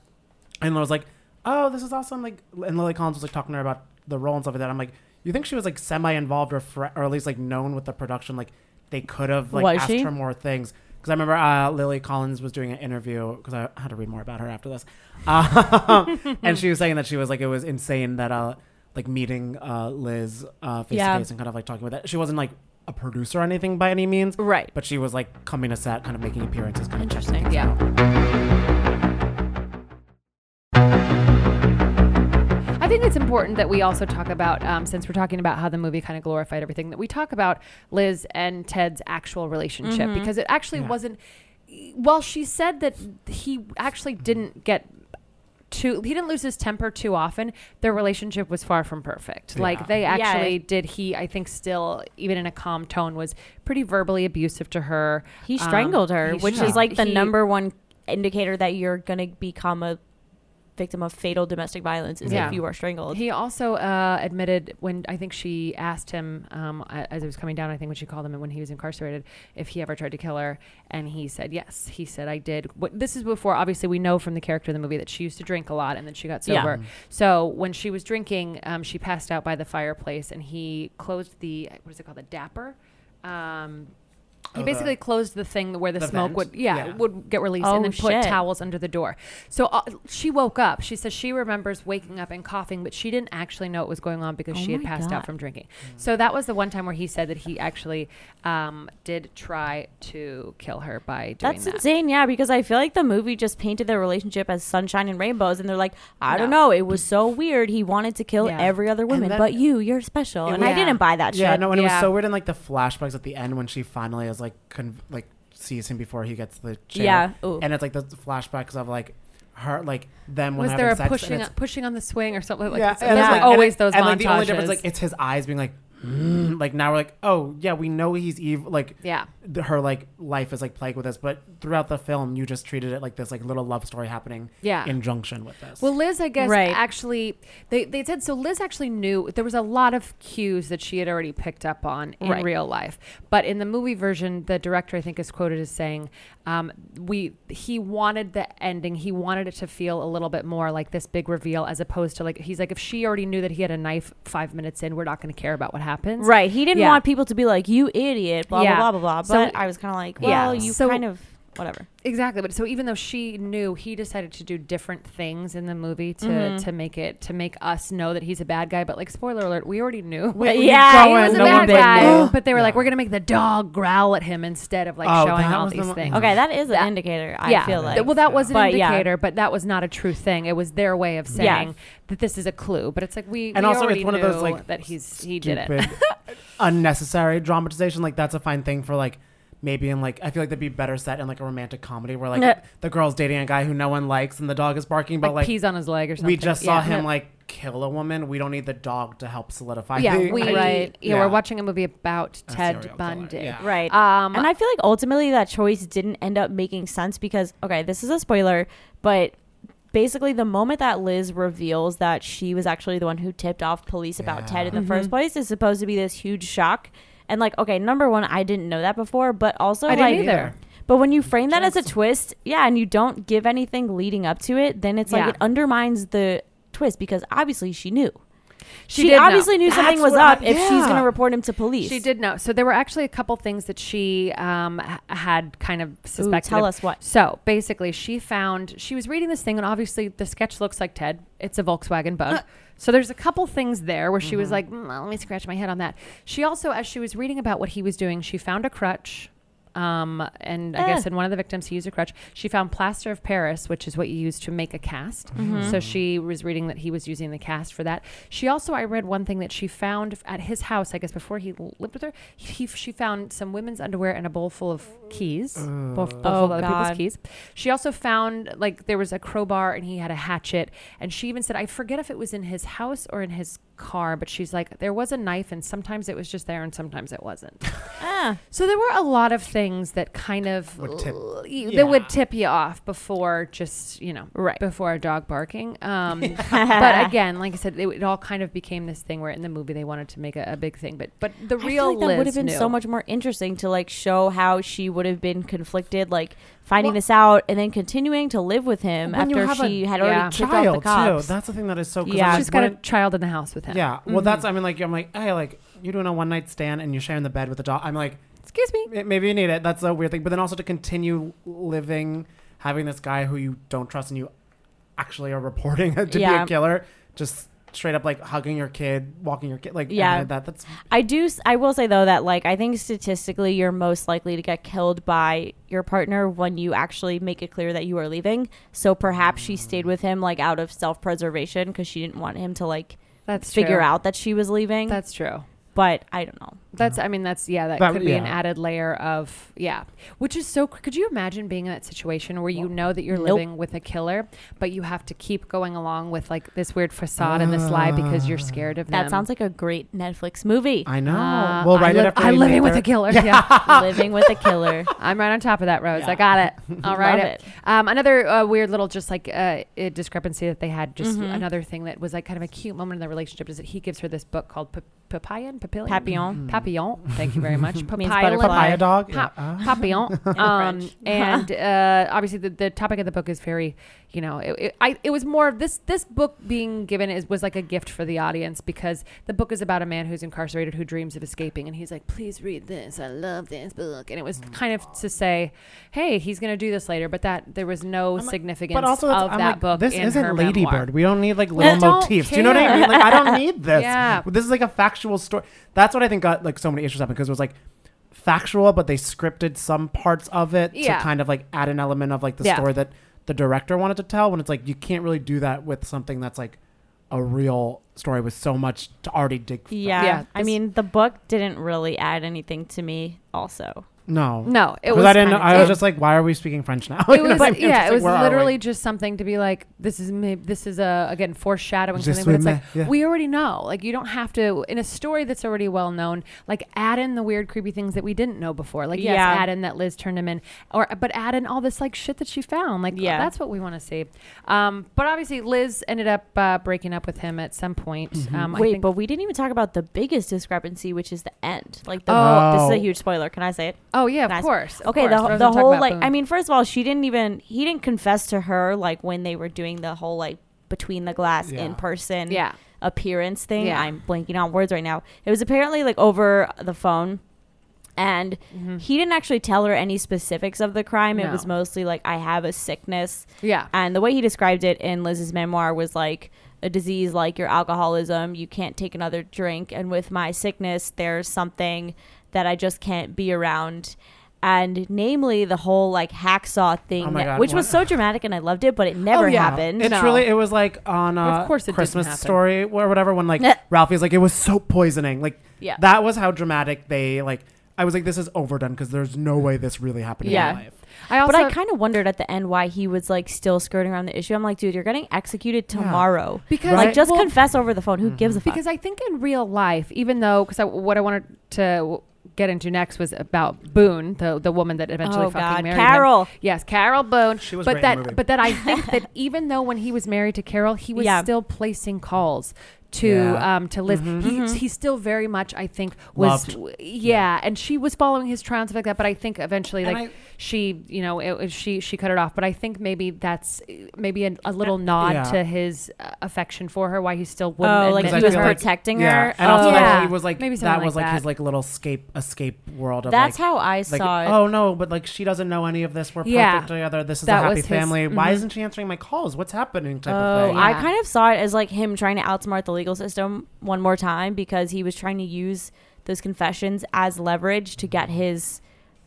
and I was like, "Oh, this is awesome!" Like, and Lily Collins was like talking to her about the role and stuff like that. I'm like, "You think she was like semi-involved or fr- or at least like known with the production? Like, they could have like
Was
asked
she?
her more things." Because I remember uh, Lily Collins was doing an interview because I had to read more about her after this, Um and she was saying that she was like it was insane that uh like meeting uh Liz uh face
Yeah.
to face and kind of like talking with that. She wasn't like a producer or anything by any means,
Right.
But she was like coming to set, kind of making appearances, kind of checking
Interesting.
Yeah. I think it's important that we also talk about, um, since we're talking about how the movie kind of glorified everything, that we talk about Liz and Ted's actual relationship
Mm-hmm.
because it actually wasn't. While she said that he actually didn't get too, he didn't lose his temper too often, their relationship was far from perfect. Like they actually did, he, I think, still, even in a calm tone, was pretty verbally abusive to her.
He
Um,
strangled her,
he
which
strang-
is like the
he-
number one indicator that you're gonna become a victim of fatal domestic violence is
Yeah.
if you are strangled.
He also uh, admitted when I think she asked him um, a- as it was coming down. I think when she called him when he was incarcerated, if he ever tried to kill her, and he said yes. He said I did. What, this is before, obviously, we know from the character in the movie that she used to drink a lot, and then she got
Yeah.
sober. So when she was drinking, um, she passed out by the fireplace, and he closed the what is it called, the dapper. Um, He
Oh, the-
basically closed the thing where the,
the
smoke
vent?
would yeah,
Yeah.
would get released
Oh,
and then put
shit.
towels under the door. So uh, she woke up. She says she remembers waking up and coughing, but she didn't actually know what was going on because
Oh
she had
my
passed
God.
out from drinking. So that was the one time where he said that he actually um, did try to kill her by doing
That's
that.
insane, yeah, because I feel like the movie just painted their relationship as sunshine and rainbows, and they're like, I don't
No.
know, it was so weird. He wanted to kill
Yeah.
every other woman,
then-
but you, you're special. And I
Yeah.
didn't buy that
Yeah,
shit.
no, and it
Yeah.
was so weird in like the flashbacks at the end when she finally is like con- like sees him before he gets the chair.
Yeah, ooh.
and it's like the flashbacks of like her like them when
was
having
there a
sex, and
pushing
it's-
pushing on the swing or something like
yeah,
that?
and
There's
it's,
like
and
always
it-
those
and
montages.
like the only difference like it's his eyes being like "Mm," like now we're like oh yeah we know he's evil like
Yeah.
th- her like life is like plagued with this but throughout the film you just treated it like this like little love story happening
Yeah.
in junction with this
Well, Liz, I guess
Right.
actually, they, they said so. Liz actually knew there was a lot of cues that she had already picked up on in
Right.
real life, but in the movie version, the director I think is quoted as saying, um, "We he wanted the ending. He wanted it to feel a little bit more like this big reveal, as opposed to like he's like if she already knew that he had a knife five minutes in, we're not going to care about what happens."
Right. He didn't
Yeah.
want people to be like, you idiot, blah,
Yeah.
blah, blah, blah, blah.
So-
But I was kind of like,
Yeah.
well, you
So-
kind of, whatever.
Exactly, but so even though she knew, he decided to do different things in the movie to
Mm-hmm.
to make it to make us know that he's a bad guy. But like spoiler alert, we already knew.
yeah,
he
he
was a
no
bad
one big
guy,
knew.
but they were like, we're gonna make the dog growl at him instead of like
Oh,
showing
that
all
was the
these
one-
things.
Okay, that is an indicator, I feel like.
well, that was an
But, yeah.
indicator, but that was not a true thing. It was their way of saying
Yeah.
that this is a clue. But it's like we
and
we
also
already
it's one of those
knew
like
that he's he did it.
stupid, unnecessary dramatization like that's a fine thing for like maybe in like i feel like that'd be better set in like a romantic comedy where
Yeah.
like the girl's dating a guy who no one likes and the dog is barking but
Like,
like,
peas on his leg or something.
we just saw
Yeah.
him like kill a woman we don't need the dog to help solidify
Yeah,
the
we
idea.
yeah, we're watching a movie about
A
Ted
serial killer,
Bundy.
yeah.
Right.
Um,
and I feel like ultimately that choice didn't end up making sense because, okay, this is a spoiler, but basically the moment that Liz reveals that she was actually the one who tipped off police about Ted in the first
Mm-hmm.
place is supposed to be this huge shock. And like, okay, number one, I didn't know that before, but also
I
like,
didn't either.
But when you frame that as a twist, yeah, and you don't give anything leading up to it, then it's
Yeah.
like it undermines the twist because obviously she knew.
She
She,
did know.
obviously knew something
That's
was
what I-
up if she's
yeah.
going to report him to police.
She did know. So there were actually a couple things that she um, h- had kind of suspected.
tell
of-
us what.
So basically, she found she was reading this thing, and obviously the sketch looks like Ted. It's a Volkswagen bug. so there's a couple things there where she was like, "Mm, "Let me scratch my head on that." She also, as she was reading about what he was doing, she found a crutch. Um, and I guess
Ah.
in one of the victims, he used a crutch. She found plaster of Paris, which is what you use to make a cast. So she was reading that he was using the cast for that. She also, I read one thing that she found at his house, I guess before he l- lived with her, he, she found some women's underwear and a bowl full of keys, bowl, bowl full of
Oh,
other
God.
people's keys. She also found like there was a crowbar and he had a hatchet. And she even said, I forget if it was in his house or in his car, but she's like, there was a knife and sometimes it was just there and sometimes it wasn't.
Ah.
So there were a lot of things that kind of
Would tip-
l- you-
yeah.
that would tip you off before just you know
Right.
before a dog barking. Um, but again, like I said, it, it all kind of became this thing where in the movie they wanted to make a, a big thing, but but the
I feel
real
like that would
Liz
have been
knew.
so much more interesting to like show how she would have been conflicted, like finding
Well-
this out and then continuing to live with him
When you
after
have a-
she had
yeah.
already kicked off the
child
cops.
too that's the thing that is so 'cause I'm
Yeah.
like,
She's Mm-hmm. got a
when-
child in the house with him.
yeah well that's i mean like i'm like hey like you're doing a one-night stand and you're sharing the bed with the dog i'm like
Excuse me.
M- Maybe you need it. That's a weird thing. But then also to continue living, having this guy who you don't trust and you actually are reporting to be
Yeah.
a killer, just straight up like hugging your kid, walking your kid, like everything
Yeah.
like that. That's
I do. s- I will say though that like I think statistically you're most likely to get killed by your partner when you actually make it clear that you are leaving. So perhaps she stayed with him like out of self preservation because she didn't want him to like
That's
figure
true.
out that she was leaving.
That's true.
but I don't know.
That's I mean that's yeah that
That-
could be an
yeah.
added layer of yeah which is so cr- could you imagine being in that situation where you know that you're
Nope.
living with a killer but you have to keep going along with like this weird facade and this lie because you're scared of
That
them.
sounds like a great Netflix movie.
I know.
Uh,
well,
I
right
live-
after
I'm
we
living
make
with
our-
a killer. Yeah.
Living with a killer.
I'm right on top of that, Rose. I got it. I'll write
Love
it.
it.
Um, another uh, weird little just like uh, uh, discrepancy that they had, just
Mm-hmm.
another thing that was like kind of a cute moment in the relationship is that he gives her this book called P- Papillon. Papillon.
Papillon.
Papillon. Papillon. Thank you very much. Papaya,
Means butterfly.
Papaya dog?
Pap-
Yeah. Ah.
Papillon. um, and uh, obviously, the, the topic of the book is very, you know, it, it, I, it was more of this this book being given is was like a gift for the audience because the book is about a man who's incarcerated who dreams of escaping, and he's like, please read this. I love this book, and it was kind of to say, hey, he's gonna do this later, but that there was no significance
it's-
of
I'm
that
like,
book.
This
in her
isn't Ladybird.
memoir.
We don't need like little
don't
motifs. Do you know what I mean? Like I don't need this.
Yeah.
This is like a factual story. That's what I think got like so many issues up because it was like factual, but they scripted some parts of it
Yeah.
to kind of like add an element of like the
Yeah.
story that the director wanted to tell. When it's like you can't really do that with something that's like a real story with so much to already dig. from.
Yeah.
Yeah,
I
this-
mean, the book didn't really add anything to me, also.
No.
No, it
'Cause
was
I didn't. know
kinda
I was
dumb.
just like, why are we speaking French now?
It
You know
was
what I mean?
yeah.
Just,
it
like,
was
where are
literally
we?
just something to be like, this is maybe this is a again foreshadowing
Je
something, but it's
suis
like
ma- yeah.
we already know. Like you don't have to in a story that's already well known. Like add in the weird, creepy things that we didn't know before. Like yes,
Yeah.
add in that Liz turned him in, or but add in all this like shit that she found. Like
Yeah.
that's what we want to see. Um, but obviously Liz ended up uh, breaking up with him at some point.
Mm-hmm.
Um, I
Wait,
think-
but we didn't even talk about the biggest discrepancy, which is the end. Like, the,
Oh.
this is a huge spoiler. Can I say it?
oh yeah, of
Guys.
course. of
okay,
course. We're
the,
gonna
the
talk
whole
about
like,
Boone.
I mean, first of all, she didn't even he didn't confess to her like when they were doing the whole like between the glass
Yeah.
in person
Yeah.
appearance thing.
Yeah.
I'm blanking on words right now. It was apparently like over the phone. And he didn't actually tell her any specifics of the crime. It
No.
was mostly like, I have a sickness.
Yeah.
And the way he described it in Liz's memoir was like a disease like your alcoholism, you can't take another drink. And with my sickness, there's something that I just can't be around. And namely, the whole like hacksaw thing,
Oh my
that-
God,
which was
what- Oh,
so dramatic and I loved it, but it never
yeah.
happened.
It's
No.
really it was like on a
Of course it didn't
Christmas
happen.
story or whatever when like Ralphie's like it was soap poisoning. Like
Yeah.
that was how dramatic they like I was like this is overdone because there's no way this really happened
yeah.
in my life.
I also
but I kind of wondered at the end why he was like still skirting around the issue. I'm like, dude, you're getting executed tomorrow.
Because-
like,
Right.
just
well-
confess over the phone. Who
Mm-hmm.
gives a fuck?
because I think in real life, even though, because I, what I wanted to w- get into next was about Boone, the the woman that eventually
Oh,
fucking
God.
married
Carol.
him. Yes, Carol Boone. She
was
but
great in
that
the movie.
but that I think that even though when he was married to Carol, he was
Yeah. Mm-hmm.
still placing calls. To
Yeah.
um to Liz, he, he still very much I think was
Loved.
w- yeah, and she was following his trials like that. But I think eventually
And
like
I-
she you know it, was- she she cut it off. But I think maybe that's uh, maybe a, a little nod
yeah.
to his uh, affection for her, why he still wouldn't
oh,
admit
like he
I
to
was
feel like-
protecting her.
And also
Oh.
that
Yeah.
he was like
Maybe something
that was
like
like,
that.
his like little escape escape world of
That's
like-
how I
like,
saw it.
Oh no, but like she doesn't know any of this. We're
Yeah.
perfect together. This is
That
a happy
was his- Mm-hmm.
family. Why isn't she answering my calls? What's happening? Type of
Oh,
thing.
I
Yeah.
kind of saw it as like him trying to outsmart the legal system one more time because he was trying to use those confessions as leverage to get his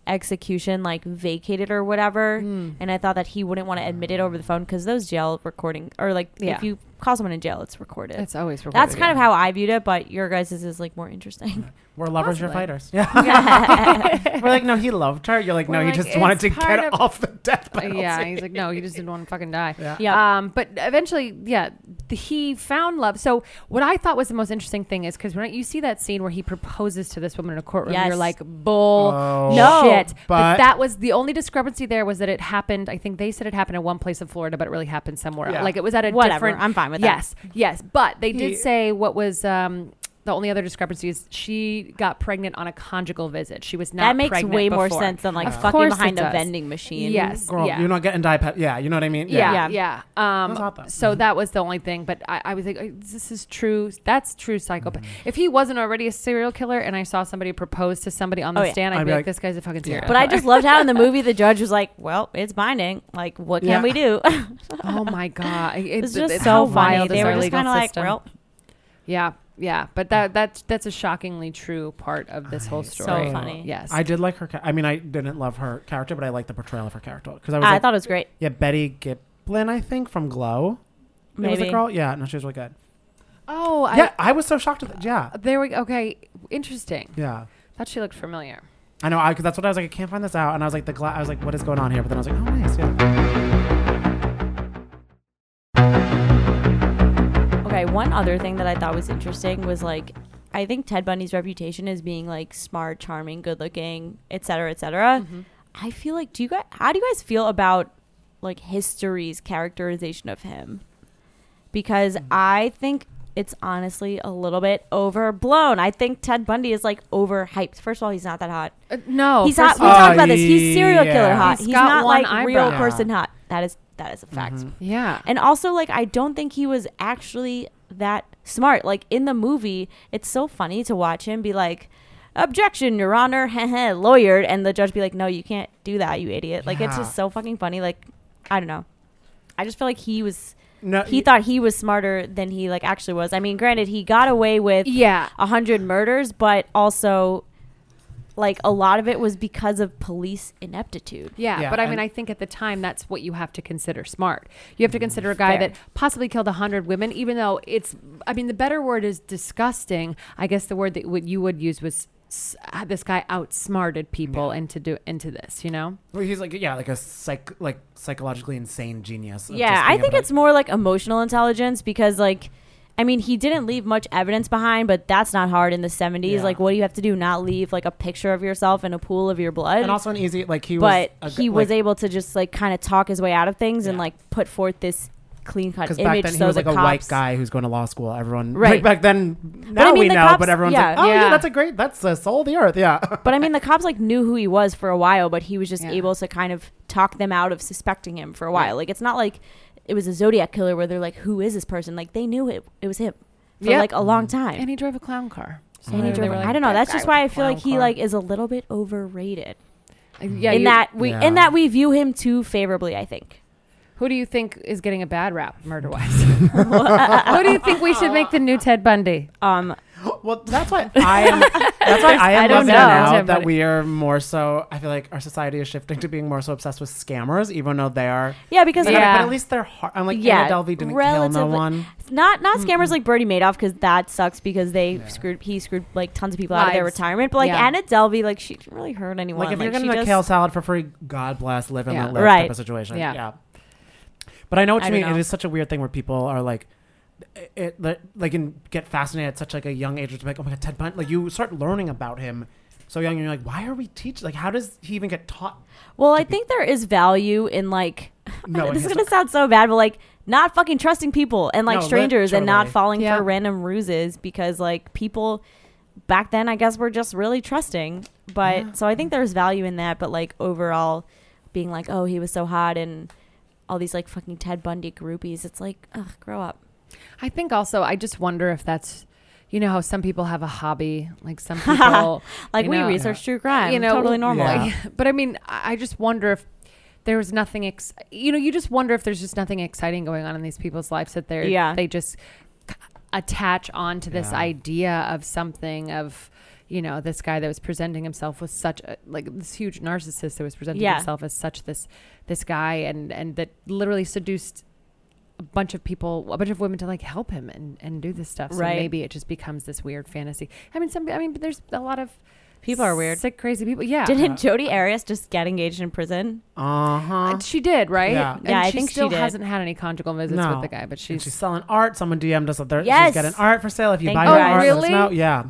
execution like vacated or whatever.
Hmm.
And I thought that he wouldn't want to admit it over the phone because those jail recording or like
Yeah.
if you call someone in jail, it's recorded.
It's always recorded.
That's kind of how I viewed it, but your guys' is like more interesting.
We're lovers, you're
Possibly.
fighters. Yeah. We're like, no, he loved her. You're like, no, he
We're like,
just wanted
it's
to
part
get
of-
off the death penalty.
Yeah, he's like, no, he just didn't want to fucking die.
Yeah.
Yeah.
Um, but eventually, yeah, the, he found love. So what I thought was the most interesting thing is because when you see that scene where he proposes to this woman in a courtroom,
Yes.
you're like, bull
Oh.
No,
shit. But,
but-
that was the only discrepancy there was that it happened. I think they said it happened in one place in Florida, but it really happened somewhere.
Yeah.
Like it was at a
Whatever,
different.
I'm fine with that.
yes, Yes, yes. But they did
He-
say what was. Um, the only other discrepancy is she got pregnant on a conjugal visit. She was not.
that makes
pregnant
way more
before.
sense than like
Of
fucking
course it
behind a
does.
vending machine.
Yes.
Girl,
yeah.
you're not getting diped. Yeah, you know what I mean?
Yeah, yeah.
That's
Um,
hot, though.
Mm-hmm.
so that was the only thing. But I, I was like, "Oh, this is true. That's true psychopath.
Mm-hmm.
If he wasn't already a serial killer and I saw somebody propose to somebody on the
Oh, yeah.
stand, I'd,
I'd
be
be
like,
like,
this guy's a fucking serial
But I
killer."
just loved how in the movie the judge was like, "Well, it's binding. Like, what can
Yeah.
we do?"
oh my God. It-
It's
it-
just
it's how
so funny.
wild is
They were
our
just
legal
kind of like,
system.
well,
Yeah, yeah. But that that's, that's a shockingly true part of this whole
So
story.
funny.
Yes.
I did like her. Ca- I mean, I didn't love her character, but I liked the portrayal of her character because I was.
I
like,
thought it was great.
yeah, Betty Giplin, I think from Glow. It was
Maybe.
a girl. Yeah, no, she was really good.
oh, I,
yeah, I was so shocked. With Yeah,
There we go. Okay. Interesting.
yeah.
Thought she looked familiar.
I know. I because that's what I was like. I can't find this out, and I was like, the gla- I was like, what is going on here? But then I was like, oh nice. Yeah.
Okay, one other thing that I thought was interesting was like, I think Ted Bundy's reputation is being like smart, charming, good looking, et cetera, et cetera.
Mm-hmm.
I feel like, do you guys, how do you guys feel about
Mm.
like history's characterization of him? Because I think it's honestly a little bit overblown. I think Ted Bundy is like overhyped. First of all, he's not that hot.
Uh, no,
he's
first
not.
of
We
all-
talked about this. He's serial killer
yeah.
hot.
He's
He's,
got
not
one
like
eyebrow. Mm-hmm.
real person hot. That is that is a fact.
yeah.
And also, like, I don't think he was actually that smart. Like, in the movie, it's so funny to watch him be like, Objection, Your Honor, heh heh, lawyered. And the judge be like, No, you can't do that, you idiot. Like, it's
Yeah.
just so fucking funny. Like, I don't know. I just feel like he was.
No,
He
y-
thought he was smarter than he like actually was. I mean, granted, he got away with
Yeah.
a hundred murders, but also, like a lot of it was because of police ineptitude.
Yeah,
Yeah,
but I mean,
and-
I think at the time that's what you have to consider smart. You have to consider a guy
Fair.
that possibly killed a hundred women, even though it's. I mean, the better word is disgusting. I guess the word that what you would use was s- uh, this guy outsmarted people into do into this. You know,
Well, he's like yeah, like a psych, like psychologically insane genius. of
Yeah,
just
I
being
think
able to-
it's more like emotional intelligence because like I mean, he didn't leave much evidence behind, but that's not hard in the 70s.
Yeah.
Like what do you have to do? Not leave like a picture of yourself and a pool of your blood.
and also an easy like he was.
but
a g-
he was
like-
able to just like kind of talk his way out of things and
Yeah.
like put forth this clean cut
Because
image
back then
so
he was
the
like a white
cops-
guy who's going to law school. Everyone,
Right.
right? back then, now
I mean,
we
the
know,
cops-
but everyone's
yeah.
like, oh yeah.
Yeah.
that's a great, that's the soul of the earth. Yeah.
But I mean, the cops like knew who he was for a while, but he was just
Yeah.
able to kind of talk them out of suspecting him for a while. Like it's not like it was a Zodiac killer where they're like, "Who is this person?" Like they knew it. It was him for
Yep.
like a long time.
and he drove a clown car. So
And he
they
drove-
were like,
I don't know.
"That
That's
guy
just
with
why
the
I feel like
clown
he
car."
like is a little bit overrated.
Uh, Yeah,
in
you-
that we
Yeah.
in that we view him too favorably. I think.
Who do you think is getting a bad rap murder wise? Who do you think we should make the new Ted Bundy?
Um,
well, that's why I am. That's why I am
I don't
loving
know.
now that
Everybody-
we are more so. I feel like our society is shifting to being more so obsessed with scammers, even though they are.
yeah, because
But-
Yeah.
But at least they're hard. I'm like,
Yeah,
Anna Delvey didn't kill no
relatively-
one.
not not scammers like Bernie Madoff because that sucks because they screwed he screwed like tons of people out of their
Lives.
retirement. But like
Yeah.
Anna Delvey, like she didn't really hurt anyone.
Like, if you're
she
gonna
just-
kale salad for free, God bless, live and
Yeah.
let live
Right.
type of situation.
Yeah.
Yeah. But I know what
I
you
don't
mean.
know.
It is such a weird thing where people are like, it, it like- like and get fascinated at such like a young age. It's like, oh my god, Ted Bundy. Like you start learning about him so young, and you're like, why are we teaching? Like, how does he even get taught?
Well, I think there is value in like
No, in
this is
his-
gonna sound so bad, but like not fucking trusting people and like
No, lit-
strangers and not
totally.
falling
Yeah.
for random ruses because like people back then I guess were just really trusting. But so I think there's value in that, but like overall being like, Oh, he was so hot and all these like fucking Ted Bundy groupies, it's like, ugh, grow up.
I think also I just wonder if that's you know how some people have a hobby like some people
Like
you
we
know-
research true crime.
You know,
totally normal.
Yeah.
But I mean, I I just wonder if there was nothing ex- you know, you just wonder if there's just nothing exciting going on in these people's lives that they're
Yeah.
they just c- attach on to this
Yeah.
idea of something of you know this guy that was presenting himself with such a, like this huge narcissist that was presenting
Yeah.
himself as such this this guy and and that literally seduced a bunch of people a bunch of women to like help him and and do this stuff so
Right.
maybe it just becomes this weird fantasy i mean some i mean but there's a lot of
People are weird.
sick crazy people yeah
Didn't Jody Arias just get engaged in prison?
Uh huh.
and she did, right?
Yeah.
And
Yeah, I
she
think she
still
did.
hasn't had any conjugal visits with the guy, but
And
she's,
she's selling art. Someone DM'd us that they're-
Yes.
she's got an art for sale. If you
Thank
buy
you
her
guys.
art, let us
Really?
know. Yeah.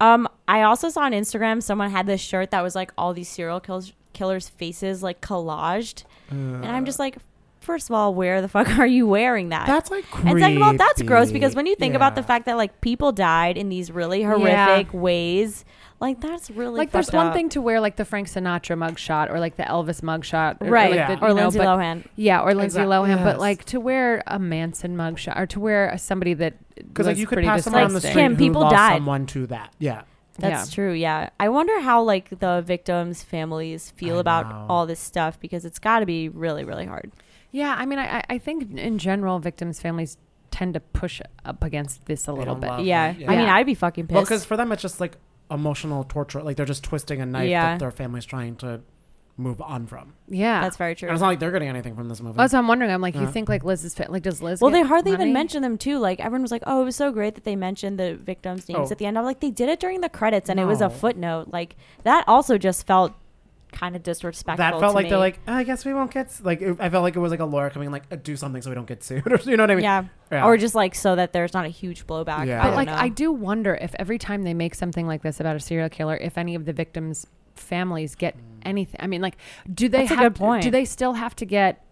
Um, I also saw on Instagram someone had this shirt that was like all these serial kills, killers' faces like collaged, and I'm just like, first of all, where the fuck are you wearing that?
Uh. That's like creepy.
and second of all, that's gross because when you think about the
Yeah.
fact that like people died in these really horrific ways, like that's really
like, there's
fucked
one
up.
thing to wear like the Frank Sinatra mugshot or like the Elvis mugshot, or,
right?
Or, like,
Yeah.
the, you
Or
know,
Lindsay
but-
Lohan.
Yeah, or Lindsay
Exact-
Lohan, but
yes.
like to wear a Manson mugshot or to wear a, somebody that
because like
was
you could
pretty
pass someone on the
disgusting.
street
Kim,
who
people
lost
died.
someone to that. Yeah.
That's
Yeah.
true. Yeah, I wonder how like the victims' families feel
I
about
know.
all this stuff because it's got to be really, really hard.
Yeah, I mean, I, I- I think in general, victims' families tend to push up against this a little
don't
bit.
love- Okay,
Yeah.
yeah.
I mean,
Yeah.
I'd be fucking pissed.
Well, because for them, it's just like emotional torture. Like they're just twisting a knife
Yeah.
that their family's trying to move on from.
Yeah,
that's very true.
And it's not like they're getting anything from this movie.
That's what I'm wondering. I'm like, you
Yeah.
think like Liz is fit? Like, does Liz?
Well,
get
they hardly
money?
even mentioned them too. Like everyone was like, "Oh, it was so great that they mentioned the victims' names
Oh.
at the end." I'm like, they did it during the credits, and it was a
No.
footnote. Like that also just felt kind of disrespectful.
that felt
to
like
me.
they're like, "Ah, I guess we won't get s-" like. It, I felt like it was like a lawyer coming like, "Uh, do something so we don't get sued. or you know what I mean?
yeah.
Yeah.
or just like so that there's not a huge blowback.
Yeah.
I
But
don't
like,
know.
I do wonder if every time they make something like this about a serial killer, if any of the victims'
Hmm.
families get anything. I mean, like, do they
That's a
have?
good point.
Do they still have to get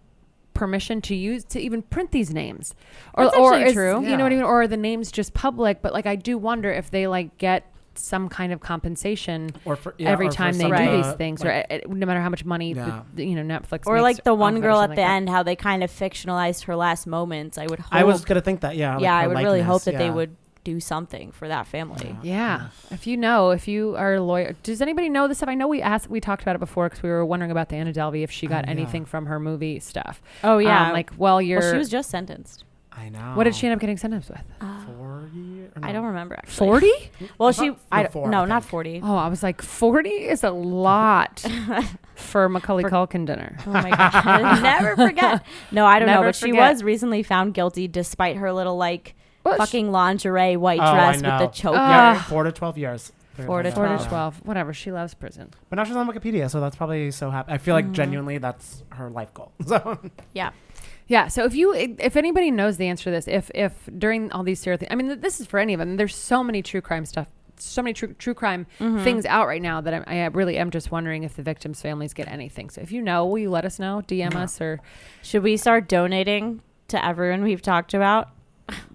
permission to use to even print these names, or
That's
or
actually
is-
true.
You know what I
Yeah.
mean? Or are the names just public? But like, I do wonder if they like get some kind of compensation
Or for- yeah,
every
or for
time they
some,
do
uh,
these things,
like-
or uh, no matter how much money the-
Yeah.
the, you know Netflix
or
makes
like the
off
one
it or
girl at
something
the
like that.
end, how they kind of fictionalized her last moments. I would hope.
I was gonna think that. Yeah. like
yeah, I
her
would really hope
likeness,
that they
yeah.
would do something for that family.
Yeah. If you know, if you are a lawyer, does anybody know this stuff? I know we asked, we talked about it before because we were wondering about the Anna Delvey if she
Oh,
got
yeah.
anything from her movie stuff.
Oh, yeah.
Um, like, well, you're.
Well, she was just Uh, sentenced.
I know.
what did she end up getting sentenced with?
Four years.
I don't remember actually.
40?
Well,
I
she.
thought-
I
no,
don't-
four,
no,
I
not
think.
forty.
Oh, I was like, 40 is a lot for Macaulay Culkin dinner.
Oh my gosh. I'll never forget. No, I don't know,
Never
but she
forget.
was recently found guilty despite her little like
Well, she-
fucking lingerie white
Oh, I
dress with the
know.
choker.
Ah.
Four to twelve years. They're
Four
gonna
to
find
4
out.
to 12. Whatever. She loves prison.
But now she's on Wikipedia, so that's probably so happy. I feel
Mm-hmm.
like genuinely that's her life goal. So
yeah.
Yeah. So if you, if anybody knows the answer to this, if if during all these serial things, I mean, th- this is for any of them. There's so many true crime stuff, so many true true crime things out right now that I, I really am just wondering if the victims' families get anything. So if you know, will you let us know? DM us or
Should we start donating to everyone we've talked about?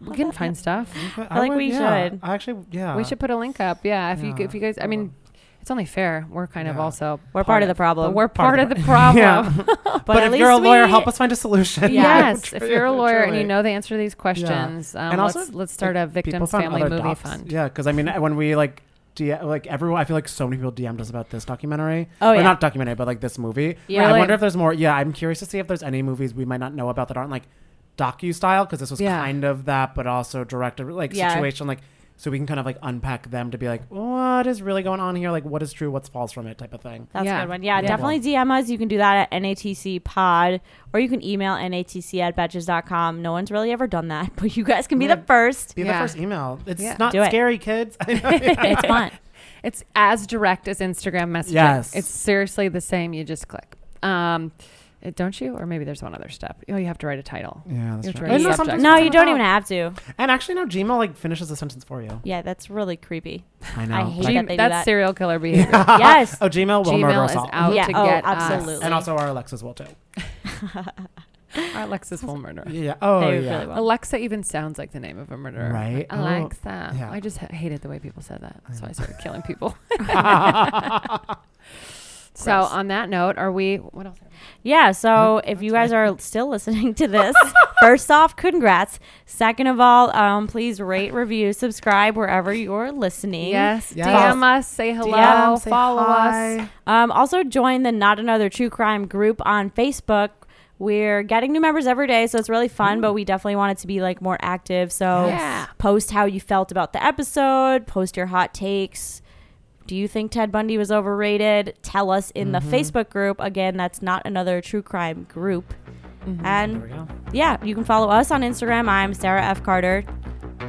we can find stuff.
I
like
would-
we
yeah.
should.
I actually, yeah.
we should put a link up. Yeah. If you
Yeah.
if you guys, I mean, it's only fair. We're kind of
Yeah.
also
We're part of the problem.
but we're part,
Part
of
of
the
the
problem.
but,
But,
at
if
least
you're a lawyer,
we-
help us find a solution.
Yeah.
Yes, if you're a lawyer and you know the answer to these questions, um,
and also
let's, let's start
like,
a
people
victims'
found
family
other
movie
docs.
fund.
Yeah, because I mean, when we like, DM, like everyone, I feel like so many people DM'd us about this documentary.
Oh,
or
yeah.
not documentary, but like this movie.
Yeah.
I
Really?
wonder if there's more. Yeah, I'm curious to see if there's any movies we might not know about that aren't like docu style, because this was
Yeah.
kind of that, but also directed like
Yeah.
situation like. So we can kind of like unpack them to be like, what is really going on here? Like, what is true? What's false from it? Type of thing.
That's
Yeah.
a good one. Yeah,
Yeah.
definitely DM us. You can do that at NATC pod or you can email NATC at betches.com. No one's really ever done that, but you guys can be the first.
Be
Yeah.
the first email. It's
Yeah.
not
Do it.
scary, kids. I know.
it's fun.
It's as direct as Instagram messaging.
Yes.
It's seriously the same. You just click. Um, uh, don't you? Or maybe there's one other step. Oh, you have to write a title.
Yeah, that's
You have
right.
to write a
Isn't there
subject.
something-
No, you
It's
don't
about-
even have to.
And actually, no, Gmail like finishes the sentence for you.
Yeah, that's really creepy.
I know.
I hate
Gee,
that they do
that's
that.
serial killer behavior.
yes.
Oh, Gmail will murder
Gmail
us
is
all.
out
Yeah,
to
oh,
get
absolutely.
us.
And also our Alexas will too.
Our Alexis will murder. us.
Yeah. Oh,
They
yeah.
really will.
Alexa even sounds like the name of a murderer.
Right? Oh,
Alexa.
yeah.
I just ha- hated the way people said that. So I started killing people. so
Gross.
on that note, are we, what else? are we-
Yeah, so if you guys are still listening to this, first off, congrats. Second of all, um, please rate, review, subscribe wherever you're listening.
Yes.
Yes.
DM us, say hello,
DM,
say
follow
hi.
us.
Um, also, join the Not Another True Crime group on Facebook. We're getting new members every day, so it's really fun, but we definitely want it to be like more active. So
Yeah.
post how you felt about the episode, post your hot takes. Do you think Ted Bundy was overrated? Tell us in the Facebook group. Again, that's not another true crime group.
There
And
we go.
yeah, you can follow us on Instagram. I'm Sarah F. Carter.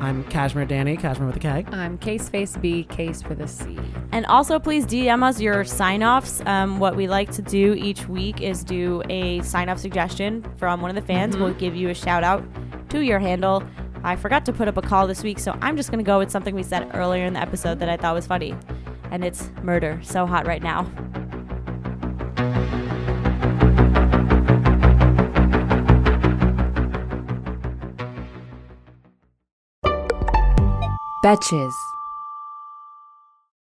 I'm Cashmere Danny, Cashmere with a K.
I'm case face B, case with a C.
And also, please DM us your sign offs. Um, what we like to do each week is do a sign off suggestion from one of the fans. We'll give you a shout out to your handle. I forgot to put up a call this week, so I'm just going to go with something we said earlier in the episode that I thought was funny. And it's murder. So hot right now.
Betches.